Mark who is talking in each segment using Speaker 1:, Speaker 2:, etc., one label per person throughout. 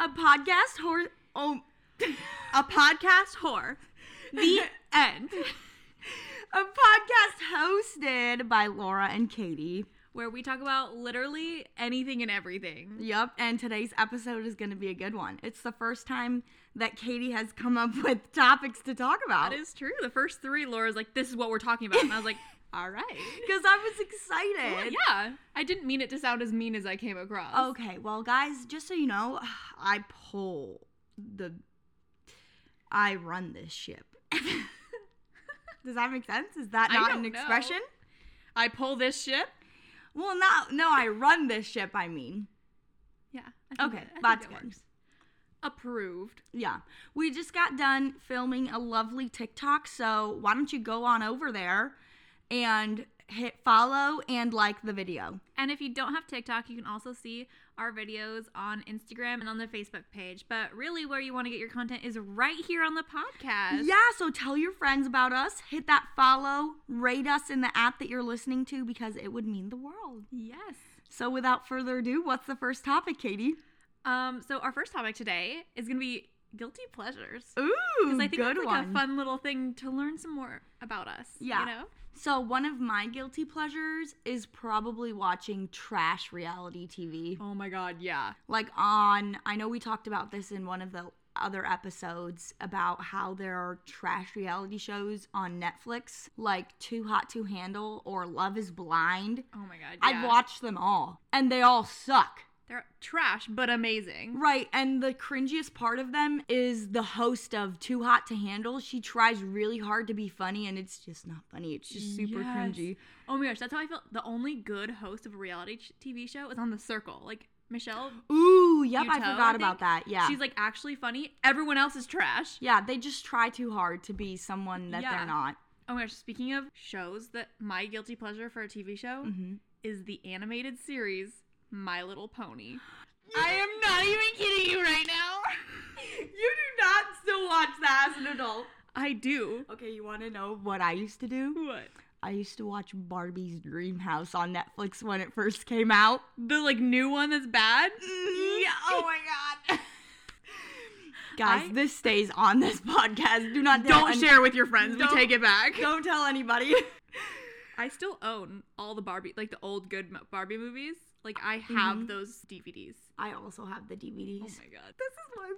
Speaker 1: podcast whore. Oh, a podcast whore. The end. A podcast hosted by Laura and Katie.
Speaker 2: where we talk about literally anything and everything.
Speaker 1: Yep, and today's episode is going to be a good one. It's the first time that Katie has come up with topics to talk about.
Speaker 2: That is true. The first three, Laura's like, "This is what we're talking about," and I was like, "All right."
Speaker 1: Because I was excited.
Speaker 2: Well, yeah, I didn't mean it to sound as mean as I came across.
Speaker 1: Okay, well, guys, just so you know, I pull the. I run this ship. Does that make sense? Is that
Speaker 2: I
Speaker 1: not
Speaker 2: don't
Speaker 1: an
Speaker 2: know.
Speaker 1: expression?
Speaker 2: I pull this ship.
Speaker 1: Well, not no. I run this ship. I mean,
Speaker 2: Yeah. I think that- I
Speaker 1: Okay,
Speaker 2: think
Speaker 1: that's
Speaker 2: that
Speaker 1: good.
Speaker 2: works. Approved.
Speaker 1: yeah. We just got done filming a lovely TikTok, so why don't you go on over there and hit follow and like the video?
Speaker 2: And if you don't have TikTok, you can also see our videos on Instagram and on the Facebook page. But really, where you want to get your content is right here on the podcast.
Speaker 1: Yeah, so tell your friends about us. Hit that follow, rate us in the app that you're listening to because it would mean the world.
Speaker 2: Yes.
Speaker 1: So, without further ado, what's the first topic, Katie?
Speaker 2: Um. So our first topic today is going to be guilty pleasures.
Speaker 1: Ooh,
Speaker 2: Because I think
Speaker 1: good
Speaker 2: it's like
Speaker 1: one.
Speaker 2: a fun little thing to learn some more about us.
Speaker 1: Yeah.
Speaker 2: You know?
Speaker 1: so, one of my guilty pleasures is probably watching trash reality TV.
Speaker 2: Oh my god, yeah.
Speaker 1: Like on, I know we talked about this in one of the other episodes about how there are trash reality shows on Netflix, like Too Hot to Handle or Love is Blind.
Speaker 2: Oh my god.
Speaker 1: I've watched them all, and they all suck.
Speaker 2: They're trash, but amazing.
Speaker 1: Right, and the cringiest part of them is the host of Too Hot to Handle. She tries really hard to be funny, and it's just not funny. It's just super
Speaker 2: Yes.
Speaker 1: cringy.
Speaker 2: Oh my gosh, that's how I feel. The only good host of a reality ch- TV show is on The Circle. Like Michelle,
Speaker 1: Ooh, yep,
Speaker 2: Utah,
Speaker 1: I
Speaker 2: I
Speaker 1: forgot about
Speaker 2: think.
Speaker 1: that. Yeah,
Speaker 2: she's like actually funny. Everyone else is trash.
Speaker 1: yeah, they just try too hard to be someone that
Speaker 2: Yeah.
Speaker 1: they're not.
Speaker 2: Oh my gosh, speaking of shows, that my guilty pleasure for a TV show
Speaker 1: Mhm.
Speaker 2: is the animated series My Little Pony.
Speaker 1: I am not even kidding you right now. you do not still watch that as an adult.
Speaker 2: I do.
Speaker 1: Okay, you want to know what I used to do?
Speaker 2: What?
Speaker 1: I used to watch Barbie's Dream House on Netflix when it first came out.
Speaker 2: The like new one that's bad?
Speaker 1: Yeah, oh my god. Guys,
Speaker 2: I-
Speaker 1: this stays on this podcast. Do not tell
Speaker 2: Don't
Speaker 1: any-
Speaker 2: share with your friends. We
Speaker 1: Don't-
Speaker 2: take it back.
Speaker 1: Don't tell anybody.
Speaker 2: I still own all the Barbie, like the old good mo- Barbie movies. Like I have
Speaker 1: Mhm.
Speaker 2: those DVDs.
Speaker 1: I also have the DVDs.
Speaker 2: Oh my god.
Speaker 1: This is why we're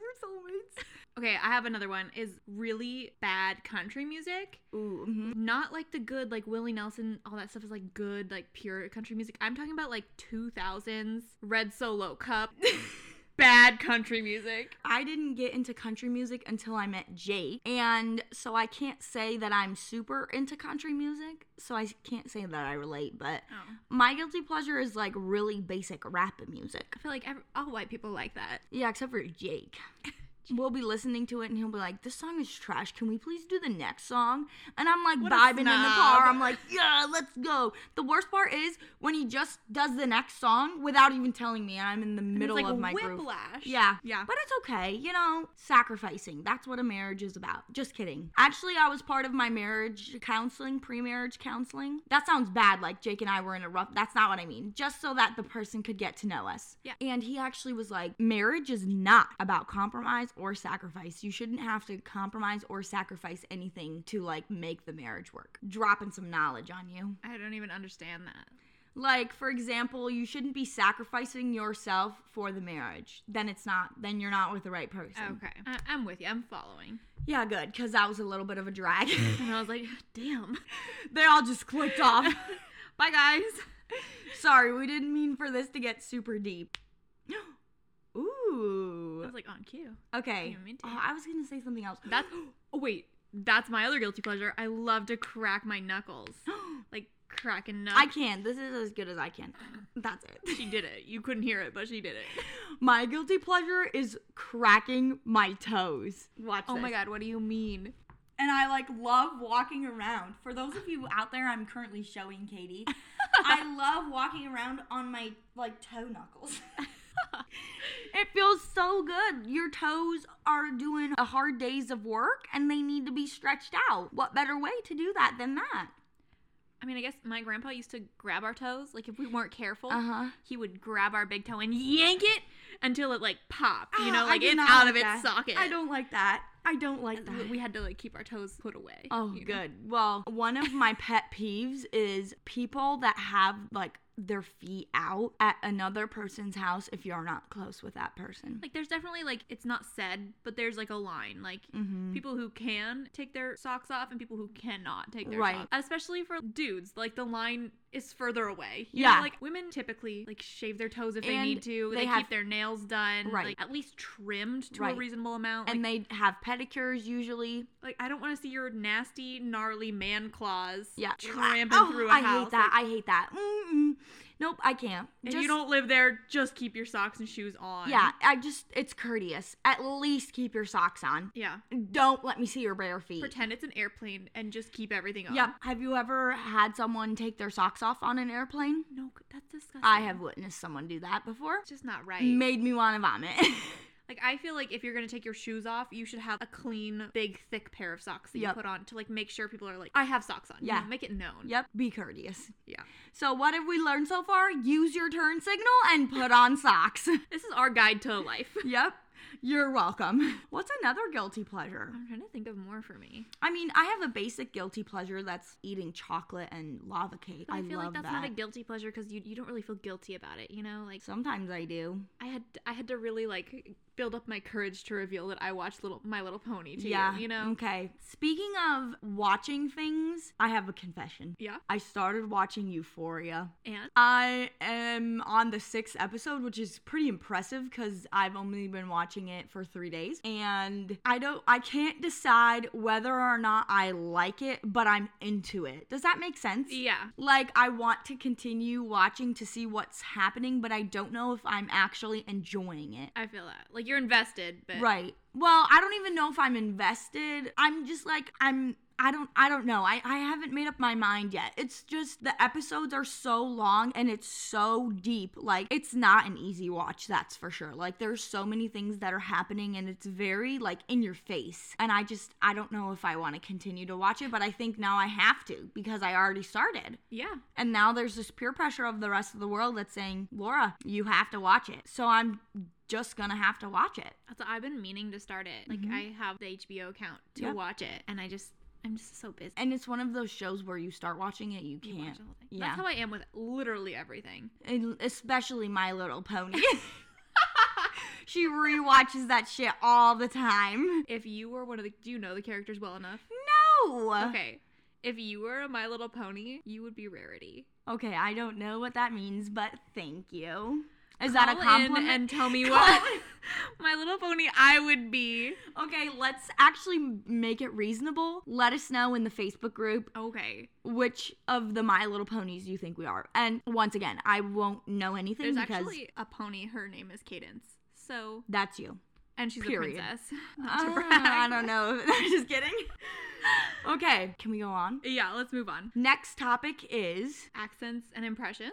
Speaker 2: Okay, I have another one. Is really bad country music.
Speaker 1: soulmates. Ooh. mhm.
Speaker 2: Not like the good, like Willie Nelson, all that stuff is like good, like pure country music. I'm talking about like 2000s Red Solo Cup, bad country music.
Speaker 1: I didn't get into country music until I met Jake, and so I can't say that I'm super into country music. So I can't say that I relate, but
Speaker 2: Oh,
Speaker 1: my guilty pleasure is like really basic rap music.
Speaker 2: I feel like every, all white people like that.
Speaker 1: Yeah, except for Jake. We'll be listening to it and he'll be like, This song is trash. Can we please do the next song? And I'm like
Speaker 2: What a
Speaker 1: vibing in the car.
Speaker 2: snob.
Speaker 1: I'm like, Yeah, let's go. The worst part is when he just does the next song without even telling me. and I'm in the
Speaker 2: And
Speaker 1: middle
Speaker 2: it's like
Speaker 1: of my groove.
Speaker 2: whiplash.
Speaker 1: Yeah.
Speaker 2: yeah.
Speaker 1: But it's okay, you know, sacrificing. That's what a marriage is about. Just kidding. Actually, I was part of my marriage counseling, pre marriage counseling. That sounds bad, like Jake and I were in a rough. That's not what I mean. Just so that the person could get to know us.
Speaker 2: Yeah.
Speaker 1: And he actually was like, marriage is not about compromise or sacrifice. You shouldn't have to compromise or sacrifice anything to like make the marriage work. Dropping some knowledge on you.
Speaker 2: I don't even understand that.
Speaker 1: Like, for example, you shouldn't be sacrificing yourself for the marriage. Then it's not, then you're not with the right person.
Speaker 2: Okay, I- I'm with you. I'm following.
Speaker 1: Yeah, good, because that was a little bit of a drag.
Speaker 2: And I was like, damn.
Speaker 1: they all just clicked off.
Speaker 2: Bye, guys.
Speaker 1: Sorry, we didn't mean for this to get super deep.
Speaker 2: I
Speaker 1: Ooh.
Speaker 2: was like, on cue.
Speaker 1: Okay.
Speaker 2: Yeah, me too.
Speaker 1: Oh, I was going to say something else.
Speaker 2: That's, oh, wait, that's my other guilty pleasure. I love to crack my knuckles. Like, cracking nuts.
Speaker 1: I can't. This is as good as I can.
Speaker 2: Mm.
Speaker 1: That's it.
Speaker 2: She did it. You couldn't hear it, but she did it.
Speaker 1: My guilty pleasure is cracking my toes. Watch
Speaker 2: Oh my
Speaker 1: this.
Speaker 2: god, what do you mean?
Speaker 1: and I like love walking around. For those of you out there, I'm currently showing Katie. I love walking around on my like toe knuckles. it feels so good. Your toes are doing a hard days of work and they need to be stretched out. What better way to do that than that?
Speaker 2: I mean, I guess my grandpa used to grab our toes. Like if we weren't careful,
Speaker 1: huh.
Speaker 2: he would grab our big toe and yank it until it like popped. You know,
Speaker 1: Ah, I
Speaker 2: like
Speaker 1: do
Speaker 2: it's
Speaker 1: not
Speaker 2: out
Speaker 1: like
Speaker 2: of its
Speaker 1: that.
Speaker 2: socket.
Speaker 1: I don't like that. I don't like
Speaker 2: And we-
Speaker 1: that.
Speaker 2: We had to like keep our toes put away.
Speaker 1: Oh,
Speaker 2: you know?
Speaker 1: good. Well, one of my pet peeves is people that have like their feet out at another person's house if you're not close with that person.
Speaker 2: Like there's definitely like it's not said, but there's like a line. Like
Speaker 1: mm-hmm.
Speaker 2: people who can take their socks off and people who cannot take their
Speaker 1: Right.
Speaker 2: socks. Especially for dudes, like the line is further away. You
Speaker 1: Yeah.
Speaker 2: Know, like women typically like shave their toes if they
Speaker 1: And
Speaker 2: need to.
Speaker 1: they
Speaker 2: They,
Speaker 1: have-
Speaker 2: keep their nails done.
Speaker 1: Right.
Speaker 2: Like at least trimmed to
Speaker 1: Right.
Speaker 2: a reasonable amount.
Speaker 1: And
Speaker 2: like,
Speaker 1: they have pedicures usually.
Speaker 2: like I don't want to see your nasty, gnarly man claws.
Speaker 1: Yeah.
Speaker 2: Tramping
Speaker 1: Oh,
Speaker 2: through a
Speaker 1: I
Speaker 2: house.
Speaker 1: hate that. I hate that. Mm-mm. Nope, I can't.
Speaker 2: If you don't live there, just keep your socks and shoes on.
Speaker 1: Yeah, I just it's courteous. At least keep your socks on.
Speaker 2: Yeah.
Speaker 1: Don't let me see your bare feet.
Speaker 2: Pretend it's an airplane and just keep everything on.
Speaker 1: Yep. Have you ever had someone take their socks off on an airplane?
Speaker 2: No, that's disgusting.
Speaker 1: I have witnessed someone do that before.
Speaker 2: It's just not right.
Speaker 1: Made me want to vomit.
Speaker 2: Like I feel like if you're gonna take your shoes off, you should have a clean, big, thick pair of socks that
Speaker 1: Yep.
Speaker 2: you put on to like make sure people are like, I have socks on. You
Speaker 1: Yeah.
Speaker 2: know, make it known.
Speaker 1: Yep, be courteous.
Speaker 2: Yeah.
Speaker 1: So, what have we learned so far? Use your turn signal and put on socks.
Speaker 2: This is our guide to life.
Speaker 1: yep, you're welcome. What's another guilty pleasure?
Speaker 2: I'm trying to think of more for me.
Speaker 1: I mean, I have a basic guilty pleasure that's eating chocolate and lava cake.
Speaker 2: But I,
Speaker 1: I,
Speaker 2: feel
Speaker 1: love
Speaker 2: like that's
Speaker 1: that.
Speaker 2: not a guilty pleasure because you you don't really feel guilty about it. You know, like
Speaker 1: Sometimes I do.
Speaker 2: I had I had to really like build up my courage to reveal that I watched little My Little Pony to
Speaker 1: yeah. Mm.
Speaker 2: you. You know.
Speaker 1: Okay. Speaking of watching things, I have a confession.
Speaker 2: Yeah.
Speaker 1: I started watching Euphoria.
Speaker 2: And
Speaker 1: I am on the sixth episode, which is pretty impressive because I've only been watching it for three days, and I don't, I can't decide whether or not I like it, but I'm into it. Does that make sense?
Speaker 2: yeah,
Speaker 1: Like I want to continue watching to see what's happening, but I don't know if I'm actually enjoying it.
Speaker 2: I feel that. Like you're invested, but
Speaker 1: Right. Well, I don't even know if I'm invested. I'm just like I'm I don't I don't know. I, I haven't made up my mind yet. It's just the episodes are so long and it's so deep. Like it's not an easy watch, that's for sure. Like there's so many things that are happening and it's very like in your face. And I just I don't know if I want to continue to watch it, but I think now I have to because I already started.
Speaker 2: yeah.
Speaker 1: And now there's this peer pressure of the rest of the world that's saying, "Laura, you have to watch it." So I'm just going to have to watch it.
Speaker 2: That's I've been meaning to start it. Like
Speaker 1: Mhm.
Speaker 2: I have the HBO account to
Speaker 1: Yep.
Speaker 2: watch it, and I just I'm just so busy.
Speaker 1: And it's one of those shows where you start watching it, you
Speaker 2: You watch
Speaker 1: can't.
Speaker 2: the whole thing.
Speaker 1: Yeah.
Speaker 2: That's how I am with literally everything.
Speaker 1: And especially My Little Pony. she rewatches that shit all the time.
Speaker 2: If you were one of the, do you know the characters well enough?
Speaker 1: No.
Speaker 2: Okay. If you were a My Little Pony, you would be Rarity.
Speaker 1: Okay, I don't know what that means, but thank you. Is that a
Speaker 2: Call in
Speaker 1: compliment?
Speaker 2: and tell me what My Little Pony I would be.
Speaker 1: okay, let's actually make it reasonable. Let us know in the Facebook group
Speaker 2: Okay.
Speaker 1: which of the My Little Ponies you think we are. And once again, I won't know anything
Speaker 2: There's
Speaker 1: because
Speaker 2: actually a pony. Her name is Cadence. So
Speaker 1: that's you.
Speaker 2: and she's
Speaker 1: Period.
Speaker 2: a princess. Not to
Speaker 1: Uh,
Speaker 2: brag.
Speaker 1: I don't know. I'm just kidding. Okay, can we go on?
Speaker 2: Yeah, let's move on.
Speaker 1: Next topic is.
Speaker 2: Accents and impressions.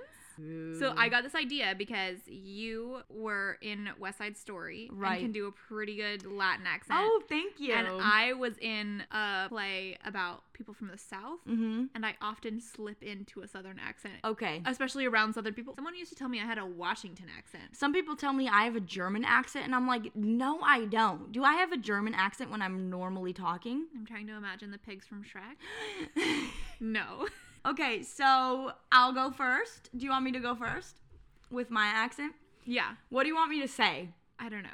Speaker 2: So I got this idea because you were in West Side Story
Speaker 1: Right.
Speaker 2: and can do a pretty good Latin accent.
Speaker 1: Oh, thank you.
Speaker 2: And I was in a play about people from the South,
Speaker 1: Mm-hmm.
Speaker 2: and I often slip into a Southern accent,
Speaker 1: Okay.
Speaker 2: especially around Southern people. Someone used to tell me I had a Washington accent.
Speaker 1: Some people tell me I have a German accent, and I'm like, no, I don't. Do I have a German accent when I'm normally talking?
Speaker 2: I'm trying to imagine the pigs from Shrek. No.
Speaker 1: okay, so I'll go first. Do you want me to go first with my accent?
Speaker 2: yeah,
Speaker 1: What do you want me to say?
Speaker 2: I don't know.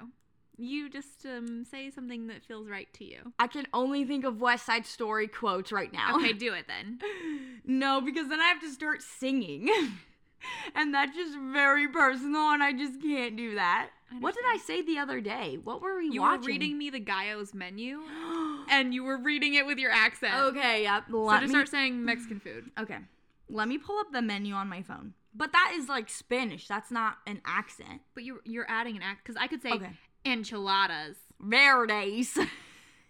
Speaker 2: You just um, say something that feels right to you.
Speaker 1: I can only think of West Side Story quotes right now.
Speaker 2: Okay, do it then.
Speaker 1: No, because then I have to start singing. and that's just very personal, and I just can't do that.
Speaker 2: I
Speaker 1: What did I say the other day? What were we
Speaker 2: You
Speaker 1: watching?
Speaker 2: were reading me the Gaio's menu, and you were reading it with your accent.
Speaker 1: okay, yep.
Speaker 2: So
Speaker 1: Let
Speaker 2: just
Speaker 1: me,
Speaker 2: start saying Mexican food.
Speaker 1: okay. Let me pull up the menu on my phone. But that is like Spanish. That's not an accent.
Speaker 2: But you're you're adding an act because I could say
Speaker 1: Okay.
Speaker 2: enchiladas.
Speaker 1: Verdes.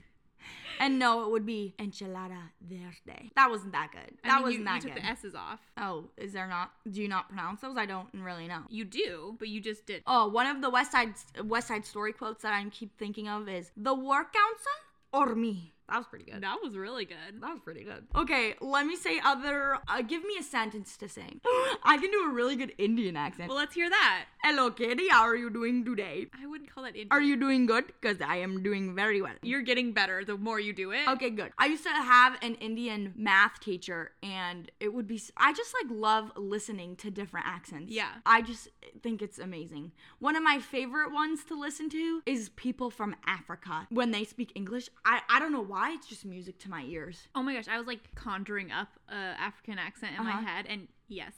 Speaker 1: and no, it would be enchilada verde. That wasn't that good.
Speaker 2: I
Speaker 1: That
Speaker 2: mean,
Speaker 1: wasn't
Speaker 2: you,
Speaker 1: that
Speaker 2: you took
Speaker 1: good.
Speaker 2: the s's off.
Speaker 1: oh, is there not? Do you not pronounce those? I don't really know.
Speaker 2: You do, but you just did.
Speaker 1: Oh, one of the West Side West Side Story quotes that I keep thinking of is the war council or me. That was pretty good.
Speaker 2: That was really good.
Speaker 1: That was pretty good. Okay, let me say other. Uh, give me a sentence to sing. I can do a really good Indian accent.
Speaker 2: Well, let's hear that.
Speaker 1: Hello, Katie. How are you doing today?
Speaker 2: I wouldn't call that Indian.
Speaker 1: Are you doing good? Because I am doing very well.
Speaker 2: You're getting better the more you do it.
Speaker 1: Okay, good. I used to have an Indian math teacher, and it would be. s- I just like love listening to different accents.
Speaker 2: Yeah.
Speaker 1: I just think it's amazing. One of my favorite ones to listen to is people from Africa when they speak English. I, I don't know why, it's just music to my ears.
Speaker 2: Oh my gosh, I was like conjuring up a African accent in my
Speaker 1: Uh-huh.
Speaker 2: head, and yes,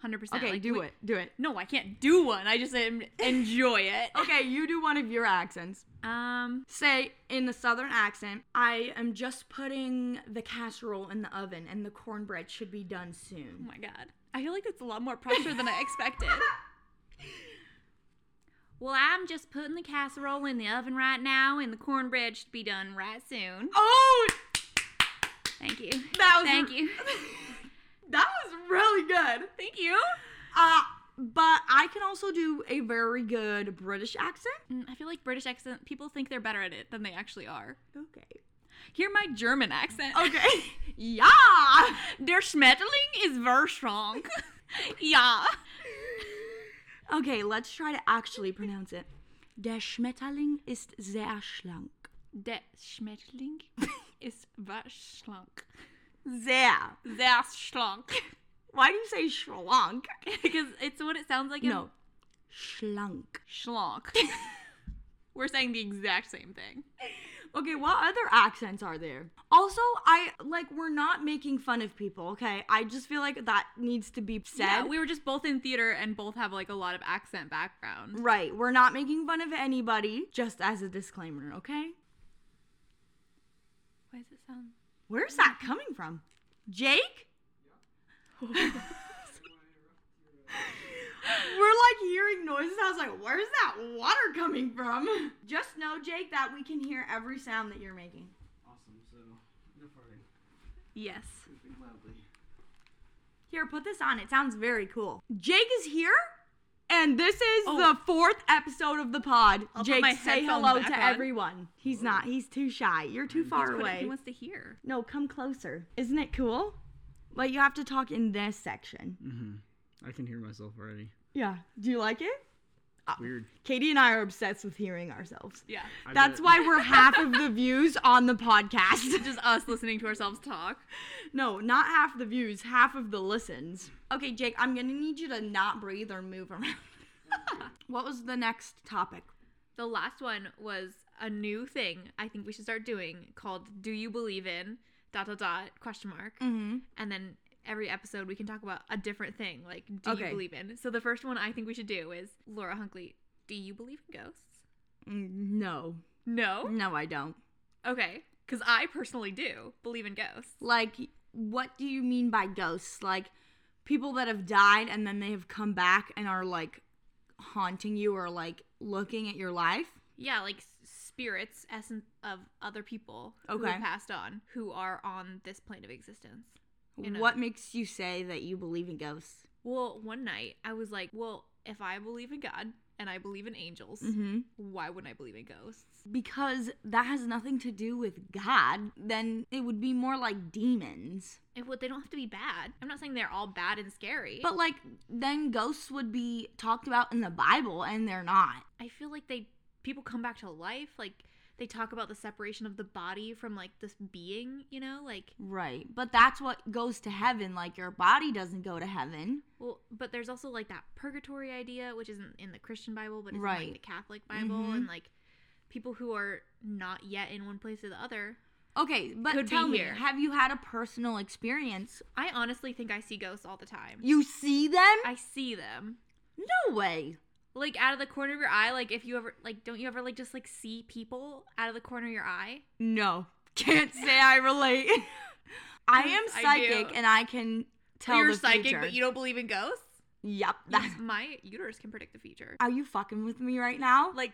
Speaker 2: hundred percent.
Speaker 1: Okay,
Speaker 2: like,
Speaker 1: do
Speaker 2: we-
Speaker 1: it. Do it.
Speaker 2: No, I can't do one. I just um, enjoy it.
Speaker 1: Okay, you do one of your accents.
Speaker 2: Um,
Speaker 1: Say in the southern accent, I am just putting the casserole in the oven and the cornbread should be done
Speaker 2: oh
Speaker 1: soon.
Speaker 2: my god, I feel like that's a lot more pressure than I expected. Well, I'm just putting the casserole in the oven right now, and the cornbread should be done right soon.
Speaker 1: Oh,
Speaker 2: Thank you.
Speaker 1: that was
Speaker 2: Thank you.
Speaker 1: That was really good.
Speaker 2: Thank you.
Speaker 1: Uh, but I can also do a very good British accent.
Speaker 2: Mm, I feel like British accent people think they're better at it than they actually are.
Speaker 1: Okay.
Speaker 2: Hear my German accent.
Speaker 1: Okay. yeah.
Speaker 2: Der Schmetterling is very strong. yeah.
Speaker 1: Okay, let's try to actually pronounce it. Der Schmetterling ist sehr schlank.
Speaker 2: Der Schmetterling ist very schlank.
Speaker 1: Sehr.
Speaker 2: Sehr schlank.
Speaker 1: Why do you say schlank?
Speaker 2: because it's what it sounds like in
Speaker 1: No. Schlank.
Speaker 2: schlank. We're saying the exact same thing.
Speaker 1: Okay, what other accents are there? Also, I like we're not making fun of people, okay? I just feel like that needs to be said.
Speaker 2: Yeah, we were just both in theater and both have like a lot of accent background.
Speaker 1: right, we're not making fun of anybody, just as a disclaimer, okay?
Speaker 2: Why does it sound?
Speaker 1: Where's that coming from? Jake? We're like hearing noises. I was like, where's that water coming from? Just know, Jake, that we can hear every sound that you're making.
Speaker 3: Awesome. So, no farting.
Speaker 2: Yes.
Speaker 3: Sleeping loudly.
Speaker 1: Here, put this on. It sounds very cool. Jake is here, and this is
Speaker 2: Oh.
Speaker 1: the fourth episode of the pod.
Speaker 2: I'll put
Speaker 1: Jake,
Speaker 2: my
Speaker 1: say
Speaker 2: headphones
Speaker 1: hello
Speaker 2: back
Speaker 1: to
Speaker 2: on.
Speaker 1: everyone. He's not. He's too shy. You're too far
Speaker 2: That's what he
Speaker 1: away.
Speaker 2: wants to hear.
Speaker 1: No, come closer. Isn't it cool? Like you have to talk in this section.
Speaker 3: Mm-hmm. I can hear myself already.
Speaker 1: Yeah. Do you like it?
Speaker 3: Weird.
Speaker 1: Katie and I are obsessed with hearing ourselves.
Speaker 2: Yeah.
Speaker 3: I
Speaker 1: That's
Speaker 3: bet-
Speaker 1: why we're half of the views on the podcast.
Speaker 2: Just us listening to ourselves talk.
Speaker 1: No, not half the views, half of the listens. Okay, Jake, I'm gonna need you to not breathe or move around. what was the next topic?
Speaker 2: The last one was a new thing I think we should start doing called Do You Believe in? dot dot dot question mark.
Speaker 1: Mm-hmm.
Speaker 2: And then every episode we can talk about a different thing, like do
Speaker 1: Okay.
Speaker 2: you believe in? So the first one I think we should do is Laura Hunkley, do you believe in ghosts?
Speaker 1: Mm, No,
Speaker 2: No?
Speaker 1: no, I don't.
Speaker 2: Okay. Cause I personally do believe in ghosts.
Speaker 1: Like, what do you mean by ghosts? Like, people that have died and then they have come back and are like haunting you or like looking at your life?
Speaker 2: Yeah, like s- spirits, essence of other people who
Speaker 1: Okay.
Speaker 2: have passed on, who are on this plane of existence. You know.
Speaker 1: What makes you say that you believe in ghosts?
Speaker 2: Well, one night I was like, well, if I believe in God and I believe in angels,
Speaker 1: Mm-hmm.
Speaker 2: why wouldn't I believe in ghosts?
Speaker 1: Because that has nothing to do with God, then it would be more like demons.
Speaker 2: And what they don't have to be bad. I'm not saying they're all bad and scary.
Speaker 1: But like then ghosts would be talked about in the Bible and they're not.
Speaker 2: I feel like they people come back to life. Like they talk about the separation of the body from like this being, you know? Like
Speaker 1: Right. But that's what goes to heaven like your body doesn't go to heaven.
Speaker 2: well but there's also like that purgatory idea, which isn't in the Christian Bible, but it's in
Speaker 1: Right.
Speaker 2: like the Catholic Bible
Speaker 1: Mhm.
Speaker 2: and like people who are not yet in one place or the other.
Speaker 1: Okay, but
Speaker 2: Could be
Speaker 1: tell me,
Speaker 2: here.
Speaker 1: have you had a personal experience?
Speaker 2: I honestly think I see ghosts all the time.
Speaker 1: You see them?
Speaker 2: I see them.
Speaker 1: No way.
Speaker 2: like out of the corner of your eye like if you ever like don't you ever like just like see people out of the corner of your eye
Speaker 1: No. Can't say I relate. I am
Speaker 2: Yes, I
Speaker 1: psychic
Speaker 2: do.
Speaker 1: and I can tell
Speaker 2: you're
Speaker 1: the
Speaker 2: psychic
Speaker 1: future.
Speaker 2: but you don't believe in ghosts
Speaker 1: Yep. That's
Speaker 2: my uterus can predict the future
Speaker 1: Are you fucking with me right now?
Speaker 2: like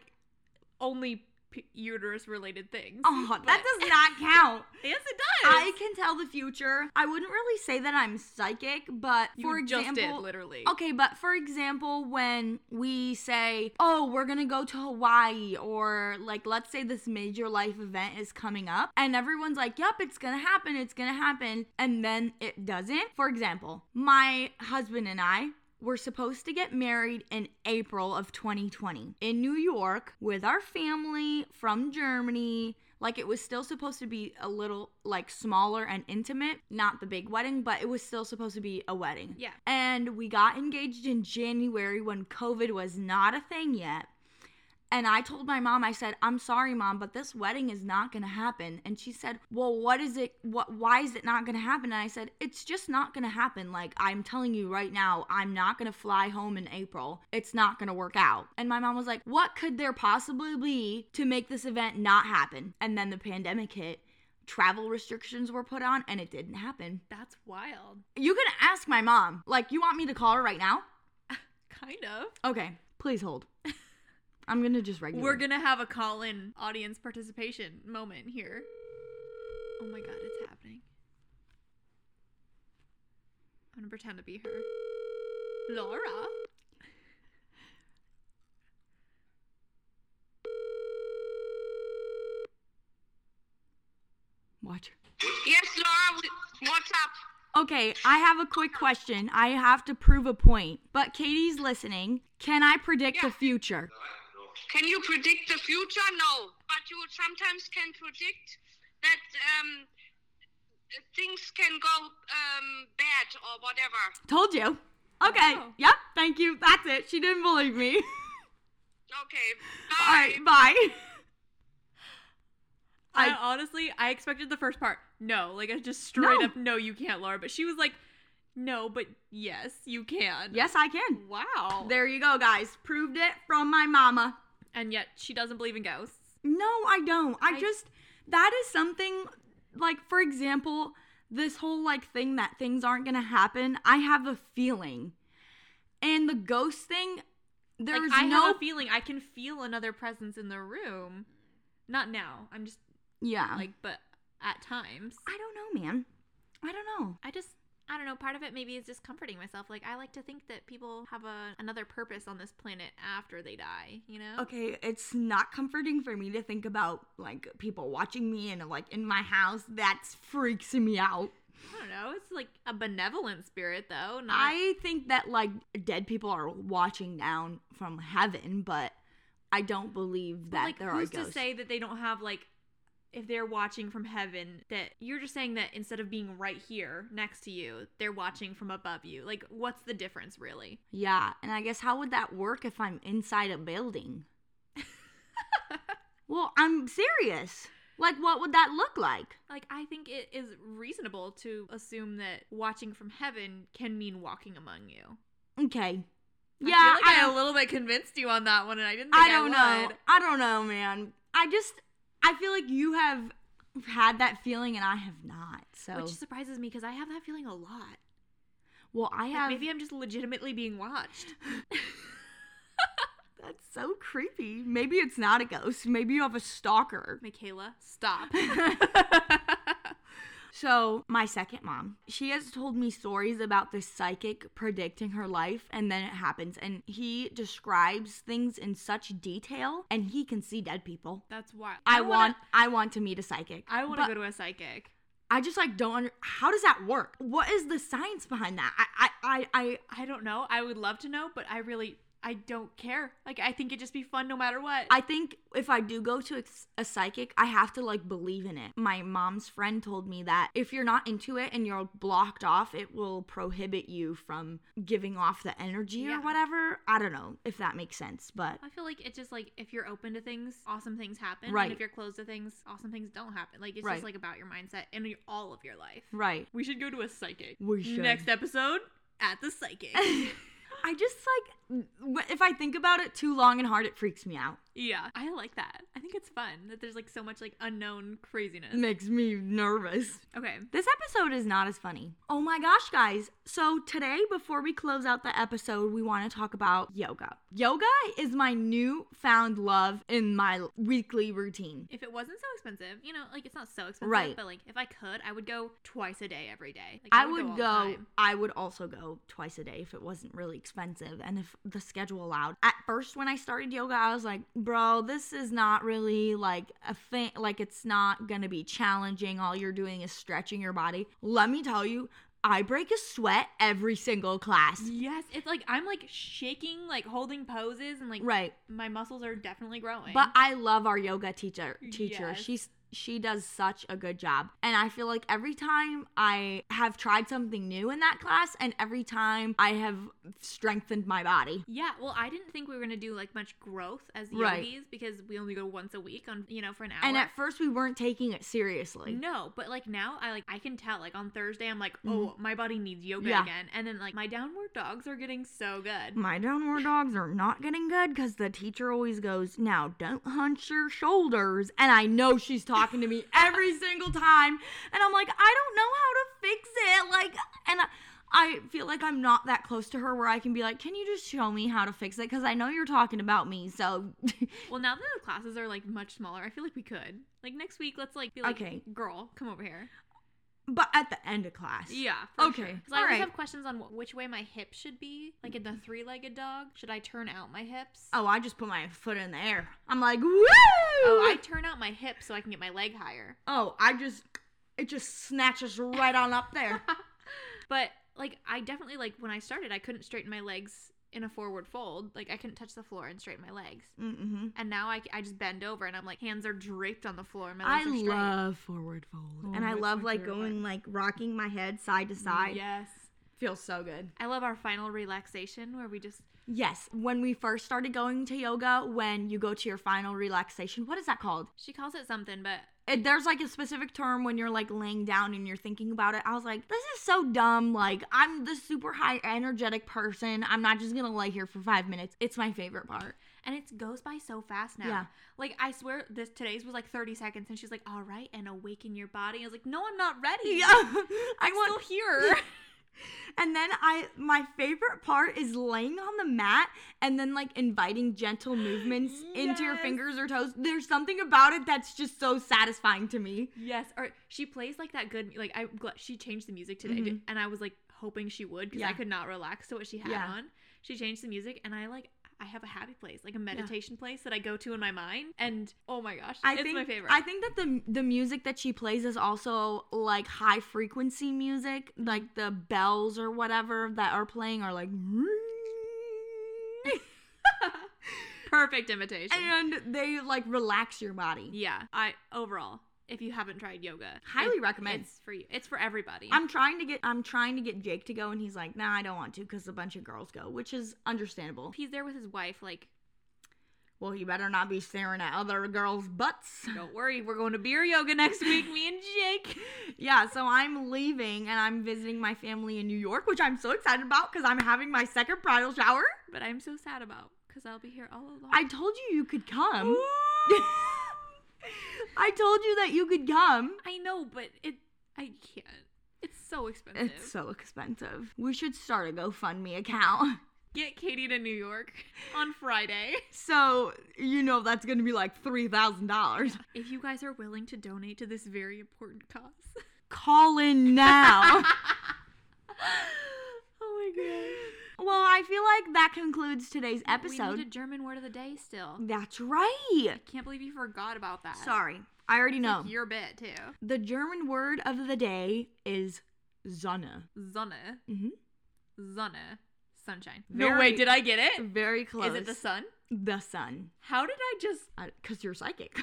Speaker 2: only p- uterus related things.
Speaker 1: Oh,
Speaker 2: But-
Speaker 1: that does not count.
Speaker 2: yes, it does.
Speaker 1: I can tell the future. I wouldn't really say that I'm psychic, but
Speaker 2: you
Speaker 1: for
Speaker 2: just
Speaker 1: example,
Speaker 2: did literally.
Speaker 1: Okay, but for example, when we say, oh, we're gonna go to Hawaii, or like, let's say this major life event is coming up, and everyone's like, yep, it's gonna happen, it's gonna happen, and then it doesn't. For example, my husband and I were supposed to get married in April of 2020 in New York with our family from Germany. Like it was still supposed to be a little like smaller and intimate, not the big wedding, but it was still supposed to be a wedding.
Speaker 2: Yeah.
Speaker 1: And we got engaged in January when COVID was not a thing yet. And I told my mom, I said, "I'm sorry, mom, but this wedding is not going to happen." And she said, "Well, what is it? What? Why is it not going to happen?" And I said, "It's just not going to happen. Like I'm telling you right now, I'm not going to fly home in April. It's not going to work out." And my mom was like, "What could there possibly be to make this event not happen?" And then the pandemic hit. Travel restrictions were put on, and it didn't happen.
Speaker 2: That's wild.
Speaker 1: You can ask my mom. Like, you want me to call her right now?
Speaker 2: Kind of.
Speaker 1: Okay, please hold. I'm gonna just regular.
Speaker 2: We're gonna have a call in audience participation moment here. Oh my god, it's happening. I'm gonna pretend to be her. Laura?
Speaker 1: watch.
Speaker 4: Yes, Laura, wh- what's up?
Speaker 1: Okay, I have a quick question. I have to prove a point, but Katie's listening. Can I predict the
Speaker 4: Yeah.
Speaker 1: future?
Speaker 4: Can you predict the future? No, but you sometimes can predict that um, things can go um, bad or whatever.
Speaker 1: Told you. Okay.
Speaker 2: Wow.
Speaker 1: Yep. Thank you. That's it. She didn't believe me.
Speaker 4: Okay,
Speaker 1: All right.
Speaker 4: bye.
Speaker 1: Bye.
Speaker 2: I,
Speaker 1: I-
Speaker 2: honestly, I expected the first part. No, like I just straight
Speaker 1: No.
Speaker 2: up, no, you can't, Laura. But she was like, no, but yes, you can.
Speaker 1: Yes, I can.
Speaker 2: Wow.
Speaker 1: There you go, guys. Proved it from my mama.
Speaker 2: and yet she doesn't believe in ghosts.
Speaker 1: No, I don't. I,
Speaker 2: I-
Speaker 1: just that is something like for example, this whole like thing that things aren't going to happen. I have a feeling. And the ghost thing
Speaker 2: Like,
Speaker 1: there's
Speaker 2: I
Speaker 1: no
Speaker 2: have a feeling I can feel another presence in the room. Not now. I'm just
Speaker 1: yeah.
Speaker 2: like, but at times.
Speaker 1: I don't know, man. I don't know.
Speaker 2: I just I don't know, part of it maybe is just comforting myself. Like I like to think that people have a another purpose on this planet after they die, you know?
Speaker 1: Okay, it's not comforting for me to think about like people watching me and like in my house. That's freaks me out.
Speaker 2: I don't know. It's like a benevolent spirit though, not
Speaker 1: I think that like dead people are watching down from heaven, but I don't believe
Speaker 2: But,
Speaker 1: that
Speaker 2: like
Speaker 1: there
Speaker 2: who's
Speaker 1: are
Speaker 2: to
Speaker 1: ghosts.
Speaker 2: say that they don't have like if they're watching from heaven that you're just saying that instead of being right here next to you, they're watching from above you. Like what's the difference really?
Speaker 1: yeah, and I guess how would that work if I'm inside a building? well, I'm serious. Like, what would that look like?
Speaker 2: Like I think it is reasonable to assume that watching from heaven can mean walking among you.
Speaker 1: Okay.
Speaker 2: I
Speaker 1: Yeah,
Speaker 2: feel like I,
Speaker 1: don't-
Speaker 2: a little bit convinced you on that one, and I didn't. Think
Speaker 1: I don't know.
Speaker 2: would.
Speaker 1: I don't know, man. I just I feel like you have had that feeling and I have not. So
Speaker 2: which surprises me because I have that feeling a lot.
Speaker 1: well, I
Speaker 2: Like,
Speaker 1: have.
Speaker 2: maybe I'm just legitimately being watched.
Speaker 1: that's so creepy. Maybe it's not a ghost. Maybe you have a stalker.
Speaker 2: Michaela, stop.
Speaker 1: So my second mom, she has told me stories about this psychic predicting her life, and then it happens. And he describes things in such detail, and he can see dead people.
Speaker 2: That's wild.
Speaker 1: I,
Speaker 2: wanna-
Speaker 1: want, I want to meet a psychic.
Speaker 2: I want
Speaker 1: But-
Speaker 2: to go to a psychic.
Speaker 1: I just like don't under how does that work? What is the science behind that? I I I, I
Speaker 2: I don't know. I would love to know, but I really, I don't care. Like I think it'd just be fun no matter what.
Speaker 1: I think if I do go to ex- a psychic, I have to like believe in it. My mom's friend told me that if you're not into it and you're blocked off, it will prohibit you from giving off the energy
Speaker 2: Yeah.
Speaker 1: or whatever. I don't know if that makes sense, but
Speaker 2: I feel like it's just like if you're open to things, awesome things happen.
Speaker 1: Right.
Speaker 2: And if you're closed to things, awesome things don't happen. Like it's
Speaker 1: Right.
Speaker 2: just like about your mindset and your- all of your life.
Speaker 1: right.
Speaker 2: We should go to a psychic.
Speaker 1: We should.
Speaker 2: Next episode at the psychic.
Speaker 1: I just like wh- if I think about it too long and hard, it freaks me out.
Speaker 2: Yeah, I like that. I think it's fun that there's like so much like unknown craziness.
Speaker 1: makes me nervous.
Speaker 2: Okay.
Speaker 1: This episode is not as funny. Oh my gosh, guys. So, today, before we close out the episode, we want to talk about yoga. Yoga is my newfound love in my weekly routine.
Speaker 2: If it wasn't so expensive, you know, like it's not so expensive,
Speaker 1: Right.
Speaker 2: but like if I could, I would go twice a day every day. Like,
Speaker 1: I would
Speaker 2: all
Speaker 1: go,
Speaker 2: the time.
Speaker 1: I would also go twice a day if it wasn't really expensive and if the schedule allowed. At first, when I started yoga, I was like, bro, this is not really like a thing. Like, it's not going to be challenging. All you're doing is stretching your body. Let me tell you, I break a sweat every single class.
Speaker 2: Yes, it's like I'm like shaking, like holding poses, and like
Speaker 1: Right.
Speaker 2: my muscles are definitely growing.
Speaker 1: But I love our yoga teacher. Teacher,
Speaker 2: Yes.
Speaker 1: she's she does such a good job, and I feel like every time I have tried something new in that class, and every time I have strengthened my body.
Speaker 2: yeah, well, I didn't think we were gonna do like much growth as yogis
Speaker 1: Right.
Speaker 2: because we only go once a week on you know for an hour.
Speaker 1: And at first, we weren't taking it seriously.
Speaker 2: No, but like now I like I can tell like on Thursday I'm like, "Oh, my body needs yoga
Speaker 1: Mm-hmm. Yeah. Mm.
Speaker 2: again." And then like my downward dogs are getting so good.
Speaker 1: My downward dogs are not getting good because the teacher always goes, Now don't hunch your shoulders. And I know she's talking to me every single time. And I'm like, I don't know how to fix it. Like, and I, I feel like I'm not that close to her where I can be like, Can you just show me how to fix it? Because I know you're talking about me. So,
Speaker 2: Well, now that the classes are like much smaller, I feel like we could. Like next week, let's like be like,
Speaker 1: Okay.
Speaker 2: "Girl, come over here."
Speaker 1: but at the end of class.
Speaker 2: Yeah.
Speaker 1: Okay,
Speaker 2: Because I always
Speaker 1: alright. Mm-hmm.
Speaker 2: have questions on wh- which way my hip should be. Like in the three-legged dog, should I turn out my hips?
Speaker 1: Oh, I just put my foot in the air. I'm like, Woo!
Speaker 2: Oh, I turn out my hips so I can get my leg higher.
Speaker 1: oh, I just, it just snatches right on up there.
Speaker 2: But like I definitely like when I started, I couldn't straighten my legs in a forward fold. Like I couldn't touch the floor and straighten my legs.
Speaker 1: Mm-hmm.
Speaker 2: And now I, I just bend over and I'm like hands are draped on the floor. And my
Speaker 1: I
Speaker 2: legs are straight.
Speaker 1: love forward fold. and I
Speaker 2: that's
Speaker 1: love
Speaker 2: my
Speaker 1: like
Speaker 2: favorite
Speaker 1: going like rocking my head side to side.
Speaker 2: Yes.
Speaker 1: Feels so good.
Speaker 2: I love our final relaxation where we just
Speaker 1: Yes. When we first started going to yoga, when you go to your final relaxation, what is that called?
Speaker 2: she calls it something, but
Speaker 1: It, there's like a specific term when you're like laying down and you're thinking about it. I was like, this is so dumb. Like, I'm the super high energetic person. I'm not just gonna lay here for five minutes. It's my favorite part.
Speaker 2: and it goes by so fast now.
Speaker 1: Yeah.
Speaker 2: Like I swear this today's was like 30 seconds and she's like, "All right, and awaken your body." I was like, "No, I'm not ready.
Speaker 1: Yeah,
Speaker 2: I'm
Speaker 1: I want.
Speaker 2: still here."
Speaker 1: And then I, my favorite part is laying on the mat and then like inviting gentle movements into your
Speaker 2: Yes.
Speaker 1: fingers or toes. There's something about it that's just so satisfying to me.
Speaker 2: yes, or she plays like that good like I am glad she changed the music today
Speaker 1: Mhm.
Speaker 2: and I was like hoping she would cuz I
Speaker 1: Yeah.
Speaker 2: could not relax to what she had
Speaker 1: Yeah.
Speaker 2: on. She changed the music and I like I have a happy place, like a meditation place that I go to in my mind, and oh my gosh,
Speaker 1: I
Speaker 2: it's
Speaker 1: think
Speaker 2: my favorite.
Speaker 1: I think that the the music that she plays is also like high frequency music, like the bells or whatever that are playing are like.
Speaker 2: Perfect imitation.
Speaker 1: And uh, they like relax your body.
Speaker 2: yeah, I overall, if you haven't tried yoga,
Speaker 1: Highly
Speaker 2: it-
Speaker 1: recommend.
Speaker 2: It's for you. It's for everybody.
Speaker 1: I'm trying to get I'm trying to get Jake to go and he's like, "Nah, I don't want to cuz a bunch of girls go," which is understandable.
Speaker 2: He's there with his wife. Like,
Speaker 1: Well, he better not be staring at other girls' butts.
Speaker 2: don't worry, we're going to beer yoga next week. Me and Jake.
Speaker 1: Yeah, so I'm leaving and I'm visiting my family in New York, which I'm so excited about because I'm having my second bridal shower.
Speaker 2: But I'm so sad about because I'll be here all alone.
Speaker 1: I told you you could come. I told you that you could come.
Speaker 2: I know, but it. I can't. It's so expensive.
Speaker 1: It's so expensive. We should start a GoFundMe account.
Speaker 2: Get Katie to New York on Friday.
Speaker 1: So, you know, that's going to be like $3,000.
Speaker 2: If you guys are willing to donate to this very important cause.
Speaker 1: Call in now.
Speaker 2: oh my god.
Speaker 1: well, I feel like that concludes today's
Speaker 2: We need
Speaker 1: episode.
Speaker 2: a German word of the day still.
Speaker 1: That's right.
Speaker 2: Can't believe you forgot about that.
Speaker 1: Sorry. I already
Speaker 2: Uh,
Speaker 1: know.
Speaker 2: It's Your bit too.
Speaker 1: The German word of the day is Sonne.
Speaker 2: Sonne.
Speaker 1: Mhm.
Speaker 2: Sonne. Sunshine.
Speaker 1: Very-
Speaker 2: no, wait, did I get it? Is
Speaker 1: Very close.
Speaker 2: it the sun?
Speaker 1: The sun.
Speaker 2: How did I just.
Speaker 1: Because you're psychic.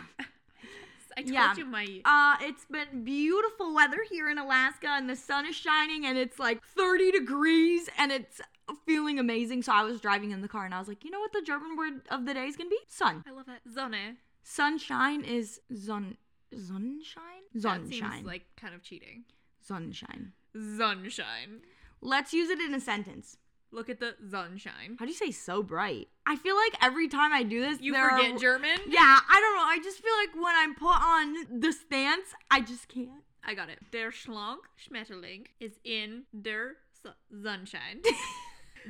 Speaker 2: I told
Speaker 1: Yeah.
Speaker 2: you my.
Speaker 1: Uh, it's been beautiful weather here in Alaska, and the sun is shining, and it's like 30 degrees, and it's feeling amazing. So I was driving in the car, and I was like, you know what the German word of the day is gonna be? Sun.
Speaker 2: I love that. Sonne.
Speaker 1: Sunshine is Sonn. Sunshine?
Speaker 2: That seems
Speaker 1: Sunshine.
Speaker 2: like kind of cheating.
Speaker 1: Sunshine.
Speaker 2: Sunshine.
Speaker 1: Let's use it in a sentence.
Speaker 2: Look at the sunshine.
Speaker 1: How do you say so bright? I feel like every time I do this,
Speaker 2: You
Speaker 1: there are-
Speaker 2: forget German?
Speaker 1: Yeah, I don't know. I just feel like when I'm put on the stance, I just can't.
Speaker 2: I got it. Der schlank Schmetterling is in der su- sunshine.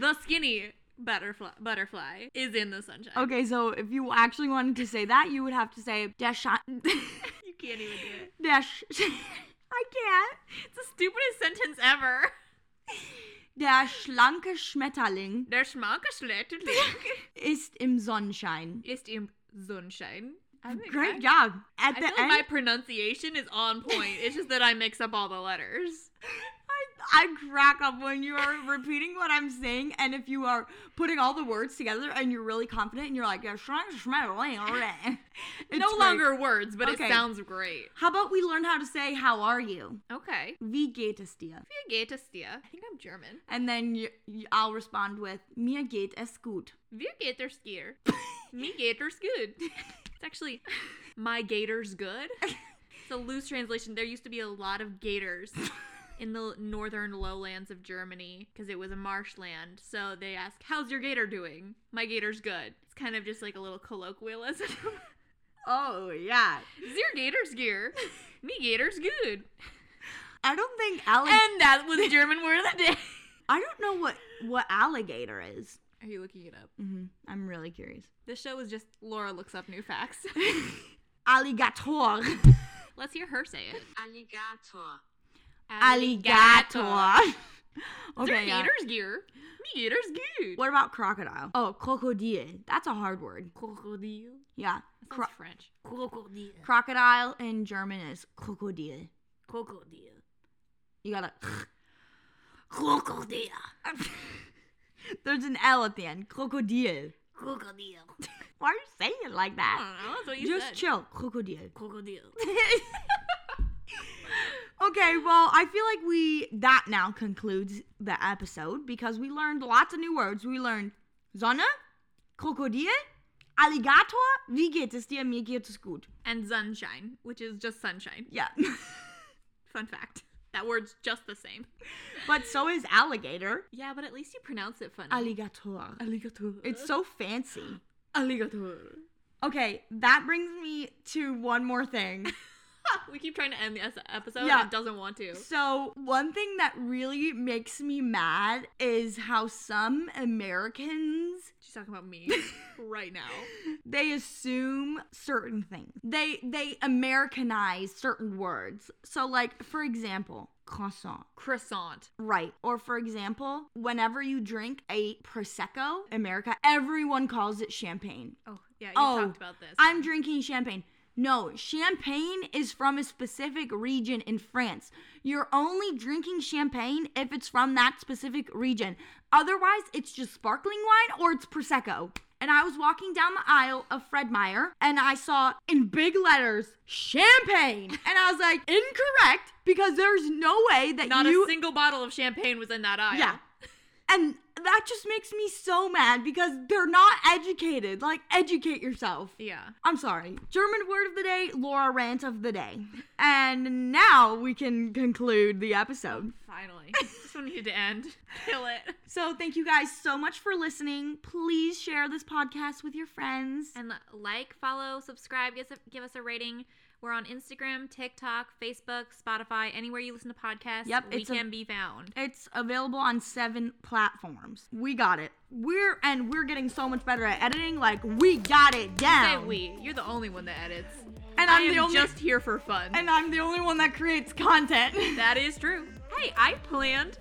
Speaker 2: the skinny butterfly butterfly is in the sunshine.
Speaker 1: Okay, so if you actually wanted to say that, you would have to say dash
Speaker 2: You can't even do it.
Speaker 1: dash. I can't.
Speaker 2: It's the stupidest sentence ever.
Speaker 1: Der schlanke Schmetterling
Speaker 2: Der schlanke Schmetterling
Speaker 1: ist im Sonnenschein.
Speaker 2: ist im Sunshine. I think
Speaker 1: Great
Speaker 2: I-
Speaker 1: job.
Speaker 2: I
Speaker 1: At the
Speaker 2: feel
Speaker 1: end,
Speaker 2: like my pronunciation is on point. It's just that I mix up all the letters.
Speaker 1: I crack up when you are repeating what I'm saying, and if you are putting all the words together and you're really confident and you're like, yeah, shrunk, schmetterling, all right." It's
Speaker 2: no
Speaker 1: great.
Speaker 2: longer words, but
Speaker 1: Okay.
Speaker 2: it sounds great.
Speaker 1: How about we learn how to say, how are you?
Speaker 2: Okay.
Speaker 1: Wie geht es dir?
Speaker 2: Wie geht es dir? I think I'm German.
Speaker 1: And then you, you, I'll respond with, mir geht es gut.
Speaker 2: Wie geht es dir? Me gator's good. It's actually my gator's good. It's a loose translation. There used to be a lot of gators in the northern lowlands of Germany because it was a marshland. So they ask, "How's your gator doing?" My gator's good. It's kind of just like a little colloquialism.
Speaker 1: Oh, yeah.
Speaker 2: Is your gator's gear? Me gator's good.
Speaker 1: I don't think allig-
Speaker 2: And that was German word of the day.
Speaker 1: I don't know what, what alligator is.
Speaker 2: Are you looking it up?
Speaker 1: hmm I'm really curious.
Speaker 2: This show is just Laura looks up new facts.
Speaker 1: Alligator.
Speaker 2: Let's hear her say it.
Speaker 4: Alligator.
Speaker 1: Alligator.
Speaker 2: Is there
Speaker 1: Okay, yeah.
Speaker 2: gator's gear? Me gator's good.
Speaker 1: What about crocodile? Oh, crocodile. That's a hard word.
Speaker 2: Crocodile.
Speaker 1: Yeah.
Speaker 2: That
Speaker 1: Cro-
Speaker 2: sounds French. Crocodile.
Speaker 1: crocodile in German is crocodile.
Speaker 2: Crocodile.
Speaker 1: You gotta.
Speaker 2: Crocodile.
Speaker 1: There's an L at the end. Crocodile.
Speaker 2: Crocodile.
Speaker 1: Why are you saying it like
Speaker 2: I
Speaker 1: that?
Speaker 2: don't know. That's what you
Speaker 1: Just
Speaker 2: said.
Speaker 1: chill. Crocodile.
Speaker 2: Crocodile.
Speaker 1: Okay, well, I feel like we. That now concludes the episode because we learned lots of new words. We learned Sonne, Crocodile, Alligator, wie geht es dir, mir geht es gut.
Speaker 2: And sunshine, which is just sunshine.
Speaker 1: Yeah.
Speaker 2: Fun fact. That word's just the same.
Speaker 1: but so is alligator.
Speaker 2: Yeah, but at least you pronounce it funny.
Speaker 1: Alligator.
Speaker 2: Alligator.
Speaker 1: It's so fancy.
Speaker 2: alligator.
Speaker 1: Okay, that brings me to one more thing.
Speaker 2: We keep trying to end the es- episode.
Speaker 1: Yeah.
Speaker 2: and It doesn't want to.
Speaker 1: So, one thing that really makes me mad is how some Americans
Speaker 2: She's talking about me right now.
Speaker 1: they assume certain things. They they Americanize certain words. So like for example, croissant,
Speaker 2: Croissant.
Speaker 1: right? Or for example, whenever you drink a prosecco, America, everyone calls it champagne.
Speaker 2: Oh, yeah. You
Speaker 1: Oh,
Speaker 2: talked about this.
Speaker 1: I'm drinking champagne. No, champagne is from a specific region in France. You're only drinking champagne if it's from that specific region. Otherwise, it's just sparkling wine or it's Prosecco. And I was walking down the aisle of Fred Meyer and I saw in big letters champagne. And I was like, incorrect because there's no way that
Speaker 2: Not
Speaker 1: you
Speaker 2: a single bottle of champagne was in that aisle.
Speaker 1: yeah. And that just makes me so mad because they're not educated. Like educate yourself.
Speaker 2: Yeah.
Speaker 1: I'm sorry. German word of the day, Laura rant of the day. And now we can conclude the episode.
Speaker 2: Finally. this one needed to end. Kill it.
Speaker 1: So thank you guys so much for listening. Please share this podcast with your friends.
Speaker 2: And li- like, follow, subscribe, give us, a, give us a rating. We're on Instagram, TikTok, Facebook, Spotify, anywhere you listen to podcasts.
Speaker 1: Yep,
Speaker 2: we
Speaker 1: it's a-
Speaker 2: can be found.
Speaker 1: It's available on seven platforms. We got it. We're and we're getting so much better at editing. Like we got it
Speaker 2: Say
Speaker 1: down.
Speaker 2: we. You're the only one that edits.
Speaker 1: And
Speaker 2: I
Speaker 1: I'm
Speaker 2: am
Speaker 1: the only
Speaker 2: just here for fun.
Speaker 1: and I'm the only one that creates content.
Speaker 2: that is true. Hey, I planned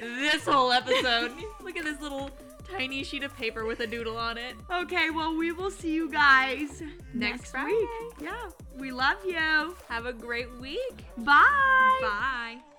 Speaker 2: this whole episode. Look at this little tiny sheet of paper with a doodle on it.
Speaker 1: okay, well we will see you guys
Speaker 2: Next Friday.
Speaker 1: week. Yeah. We love you.
Speaker 2: Have a great week.
Speaker 1: Bye.
Speaker 2: Bye.